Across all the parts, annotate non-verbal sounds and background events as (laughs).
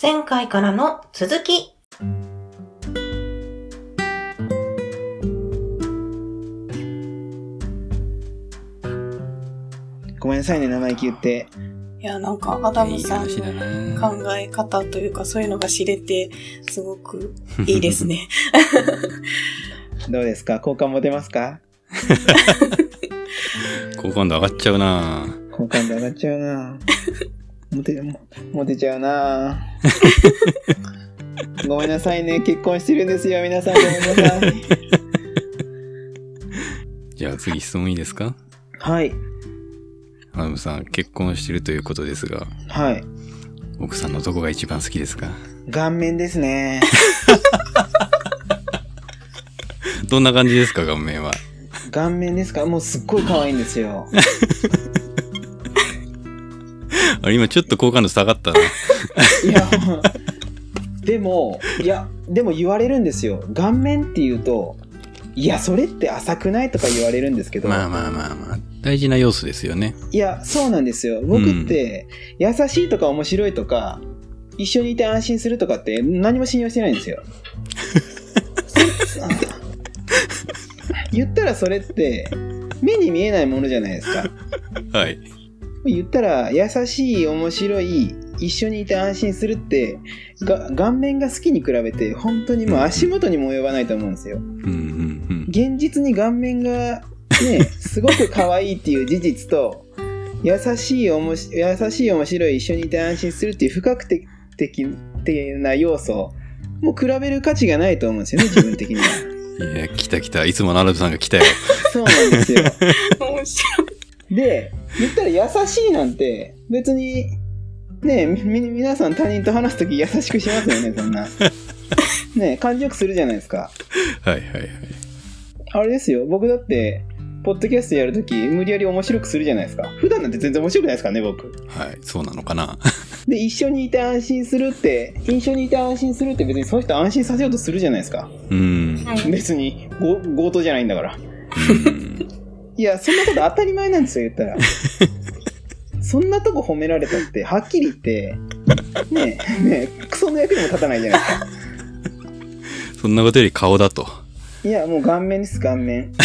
前回からの続き。ごめんなさいね、生意気言って。いや、なんか、アダムさんいい話だのね。考え方というか、そういうのが知れて、す (laughs) ごくいいですね。どうですか好感持てますか好感度上がっちゃうな好感度上がっちゃうなモテ、モテちゃうなごめんなさいね、結婚してるんですよ、皆さん。ごめんなさい。じゃあ次質問いいですかはい、アダムさん、結婚してるということですが、はい。奥さんのどこが一番好きですか顔面ですね。どんな感じですか、顔面は。顔面ですかもうすっごい可愛いんですよ。あれ、今ちょっと好感度下がったな。いや、でも、いや、でも言われるんですよ。顔面って言うと、いや、それって浅くないとか言われるんですけど、まあまあまあまあ、大事な要素ですよね。いや、そうなんですよ。僕って、優しいとか面白いとか、一緒にいて安心するとかって何も信用してないんですよ。 (laughs) そ言ったらそれって、目に見えないものじゃないですか。はい。言ったら、優しい、面白い、一緒にいて安心するって、が顔面が好きに比べて、本当にもう足元にも及ばないと思うんですよ。うんうん現実に顔面がねすごく可愛いっていう事実と優しいおもし優しい面白い一緒にいて安心するっていう不確定的な要素もう比べる価値がないと思うんですよね自分的にはうん。いや、来た来た。いつものアダムさんが来たよ。そうなんですよ面白い。で言ったら優しいなんて別にねみ皆さん他人と話す時優しくしますよねそんなね感じよくするじゃないですかはいはいはい。あれですよ、僕だって、ポッドキャストやるとき、無理やり面白くするじゃないですか。普段なんて全然面白くないですからね、僕。はい、そうなのかな。で、一緒にいて安心するって、一緒にいて安心するって別にその人安心させようとするじゃないですか。うん。別に、ご強盗じゃないんだから。うんいや、そんなこと当たり前なんですよ、言ったら。そんなとこ褒められたって、はっきり言って、ねえ、ねえ、クソの役にも立たないじゃないですか。そんなことより顔だと。いや、もう顔面です、顔面。で、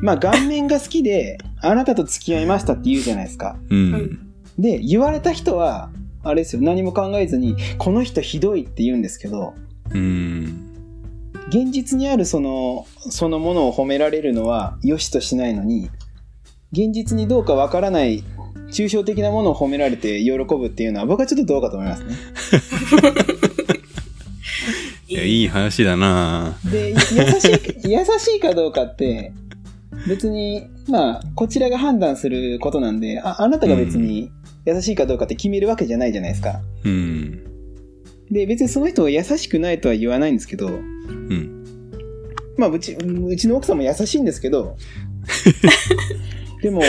まあ顔面が好きで、あなたと付き合いましたって言うじゃないですか。うん。で言われた人はあれですよ何も考えずにこの人ひどいって言うんですけどうん。現実にあるそのそのものを褒められるのは良しとしないのに現実にどうかわからない抽象的なものを褒められて喜ぶっていうのは僕はちょっとどうかと思いますね。いや、いい話だなで優しい優しいかどうかって別にまあこちらが判断することなんでああなたが別に優しいかどうかって決めるわけじゃないじゃないですか。うん。で別にその人は優しくないとは言わないんですけどうん。まあ、うち、うちの奥さんも優しいんですけ (laughs) ど、でも、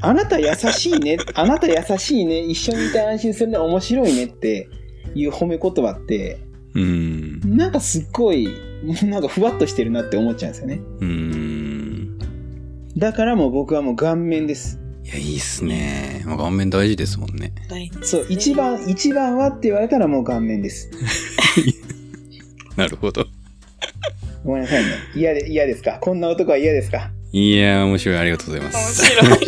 あなた優しいね、あなた優しいね、一緒にいて安心するね、面白いねっていう褒め言葉って、うん。なんかすっごい、なんかふわっとしてるなって思っちゃうんですよね。うん。だからもう僕はもう顔面です。いや、いいっすね。まあ顔面大事ですもんね。 (laughs) 大事そう、一番、一番はって言われたらもう顔面です。なるほど。ごめんなさいね。嫌で、嫌ですかこんな男は嫌ですかいやー、面白い。ありがとうございま面す。白い。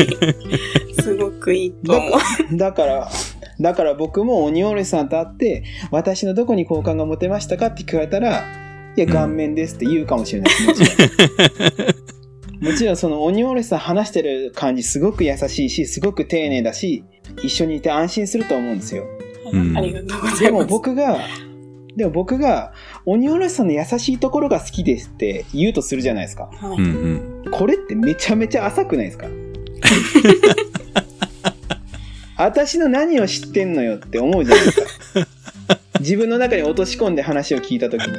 すごくいいと思う。だから、だから僕も鬼おろしさんと会って、私のどこに好感が持てましたかって聞かれたら、いや、うん顔面ですって言うかもしれないです、もちろん。もちろん、その鬼おろしさん話してる感じ、すごく優しいし、すごく丁寧だし、一緒にいて安心すると思うんですよ。うんありがとうござでいまもす。僕が、でも僕が、鬼おろしさんの優しいところが好きですって言うとするじゃないですか。はういんうん。これってめちゃめちゃ浅くないですか私の何を知ってんのよって思うじゃないですか自分の中に落とし込んで話を聞いた時に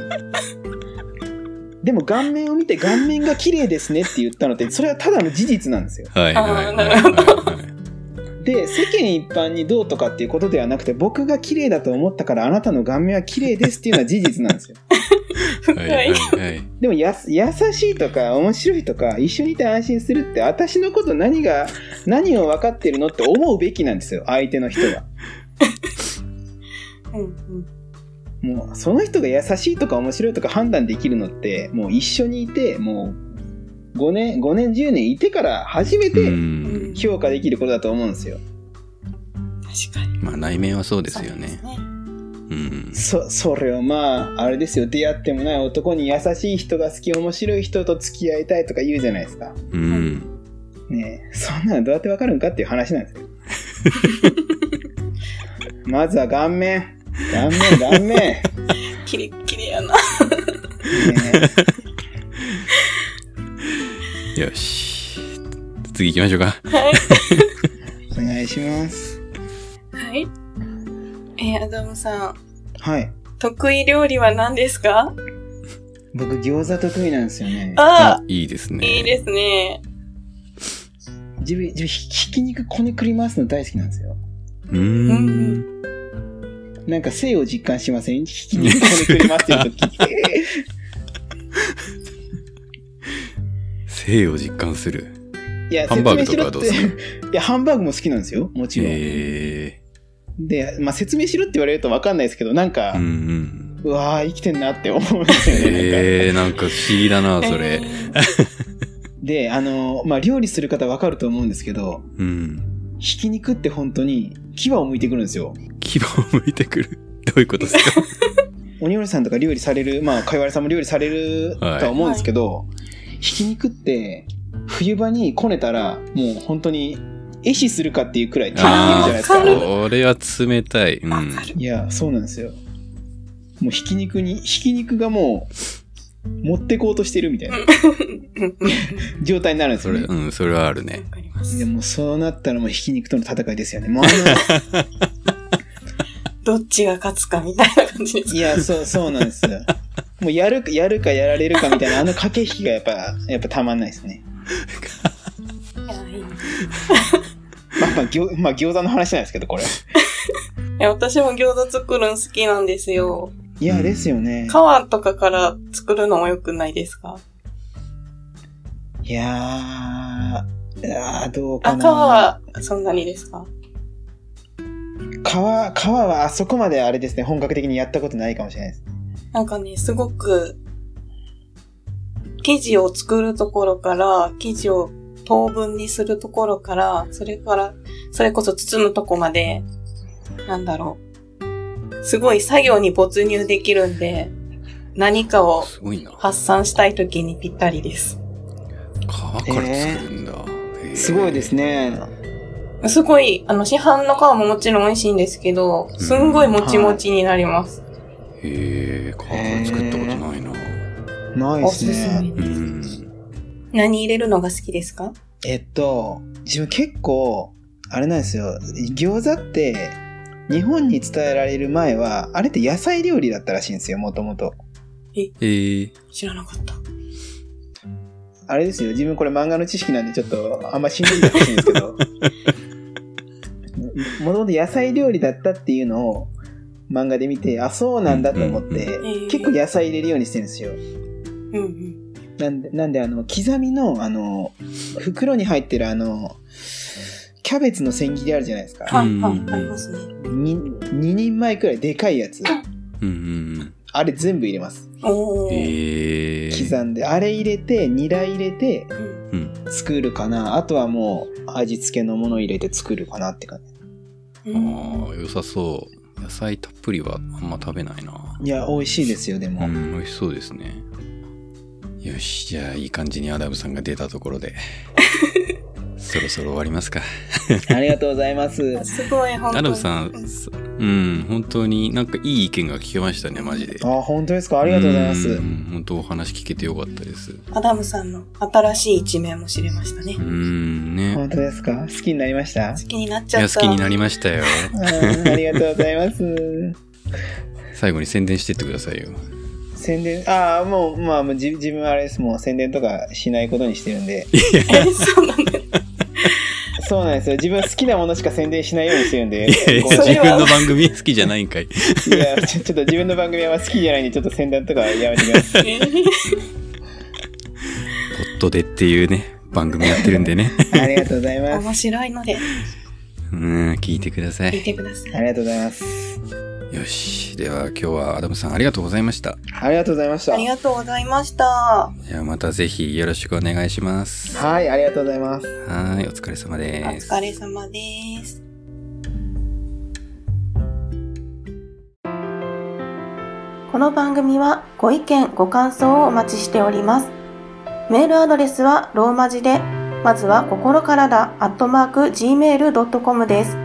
でも顔面を見て顔面が綺麗ですねって言ったのってそれはただの事実なんですよはいはいはいはい、あーはで世間一般にどうとかっていうことではなくて僕が綺麗だと思ったからあなたの顔面は綺麗ですっていうのは事実なんですよい。はいはいはい。でもやす優しいとか面白いとか一緒にいて安心するって私のこと何が何を分かってるのって思うべきなんですよ相手の人はうんうん。もうその人が優しいとか面白いとか判断できるのってもう一緒にいてもう5年5年10年いてから初めうてん。評価できることだと思うんですよ、確かに。まあ内面はそうでそすうよでねす。ね。うん。そそれをまああれですよ出会ってもない男に優しい人が好き面白い人と付き合いたいとか言うじゃないですかうん。ねえそんなのどうやってわかるんかっていう話なん (laughs) ですよまずは顔面顔面顔面ねキレッキレやな。えよし。次行きましょうか。はい。お願いしますはい。えーアダムさん、はい得意料理は何ですか僕餃子得意なんですよねああ、いいですね。いいですね。自分、自分、ひひき肉こねくり回すの大好きなんですよ。うーん。なんか性を実感しませんひき肉こねくり回してると (laughs) き。性を実感する。いや、ハンバーグとかはどうです説明しろっていや、ハンバーグも好きなんですよ。もちろん。えで、まあ、説明しろって言われるとわかんないですけど、なんか、え。ううんうん。わー生きてんなって思うんですよね。なんかええ、なんか不思議だな、そえれ。ーで、あの、まあ、料理する方わかると思うんですけど、うん。ひき肉って本当に牙を向いてくるんですよ。牙を向いてくる。どういうことです (laughs) かおにおりさんとか料理される、まあ、かいわれさんも料理されるとは思うんですけど、ひき肉って、冬場にこねたら、もう本当に、壊死するかっていうくらい手が出るじゃあないですか。これは冷たい。うん。わかる。いや、そうなんですよ。もうひき肉に、ひき肉がもう、持ってこうとしてるみたいなうんうん状態になるんですそよれ、ね。うん、それはあるねわ。かりますで。もうそうなったらもうひき肉との戦いですよね。もうあどっちが勝つかみたいな感じですのいや、そう、そうなんですよ。もうやる、やるかやられるかみたいな、あの駆け引きがやっぱ、やっぱたまんないですね。いやいいまあまあ、餃まあ、餃子の話なんですけど、これ。いや私も餃子作るの好きなんですよ。いや、ですよね皮。とかから作るのも良くないですかいやー、あーどうあ、か皮な。はそんなにですか皮は、皮はあそこまであれですね、本格的にやったことないかもしれないです。なんかね、すごく、生地を作るところから、生地を等分にするところから、それから、それこそ包むとこまで、なんだろう。すごい作業に没入できるんで、何かをすごいな。皮か発散したい時にぴったりです。ら作るんだ。へえすごいですね。すごい、あの、市販の皮ももちろん美味しいんですけど、すんごいもちもちになります。へえ、皮から作ったことないな。ないでおすすすね。めうです。ん。何入れるのが好きですかえっと、自分結構、あれなんですよ、餃子って、日本に伝えられる前は、あれって野菜料理だったらしいんですよ、もともと。ええ。知らなかった。あれですよ、自分これ漫画の知識なんでちょっとあんま信じてほしいんですけど、もともと野菜料理だったっていうのを漫画で見て、あ、そうなんだと思って、うんうんうん結構野菜入れるようにしてるんですよ。うんうん。なんで、なんであの、刻みの、あの、袋に入ってるあの、キャベツの千切りあるじゃないですか。はい、はうんい、ありますね。に2人前くらいでかいやつ。うんうんあれ全部入れます。うおん。ー。ええ。刻んで。あれ入れて、ニラ入れて、うんうん。作るかなあとはもう味付けのもの入れて作るかなって感うんああ、良さそう。野菜たっぷりはあんま食べないな。じいや美味しいですよでも、うん、美味しそうですね。よし、じゃあいい感じにアダムさんが出たとこ (laughs) ろで。そろそろ終わりますか。ありがとうございますすごい、本ア当にダムさん、そうん、本当になんかいい意見が聞けましたね、マジで。あ本当ですかありがとうございますん本当お話聞けてよかったです。うアダムさんの新しい一面も知れましたね。ーん、ね。本当ですか好きになりました好きになっいちゃや、っ好た。きになりましたよ。うんありがとうございます最後に宣伝してってくださいよ。宣伝ああもうまあもう自自分はあれですもう宣伝とかしないことにしてるんでえそうなんだ。そうなんですよ自分は好きなものしか宣伝しないようにしてるんでいやいこやうそ (laughs) れ自は分の番組好きじゃないんかい。いやちょちょっと自分の番組は好きじゃないんでちょっと宣伝とかはやめてきますポットでっていうね、番組やってるんでね。ありがとうございます (laughs) 面白いので、うん、聞いてくださ聞いい。てくださいあ。りがとうございますよし。では今日はアダムさんありがとうございました。ありがとうございましたありがとうございました。じゃあまたぜひよろしくお願いします。ははいありがとうございますーい、お疲れ様おです。疲れ様です。この番組はご意見、ご感想をお待ちしております。メールアドレスはローマ字で、まずは心からだ、アットマーク、gmail.com です。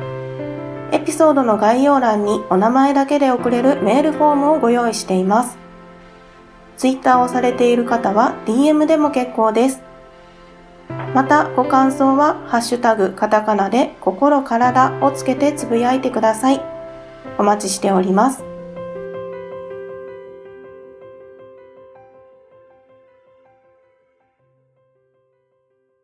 エピソードの概要欄にお名前だけで送れるメールフォームをご用意しています。ツイッターをされている方は DM でも結構です。また、ご感想は、ハッシュタグ、カタカナで、心からだをつけてつぶやいてください。お待ちしております。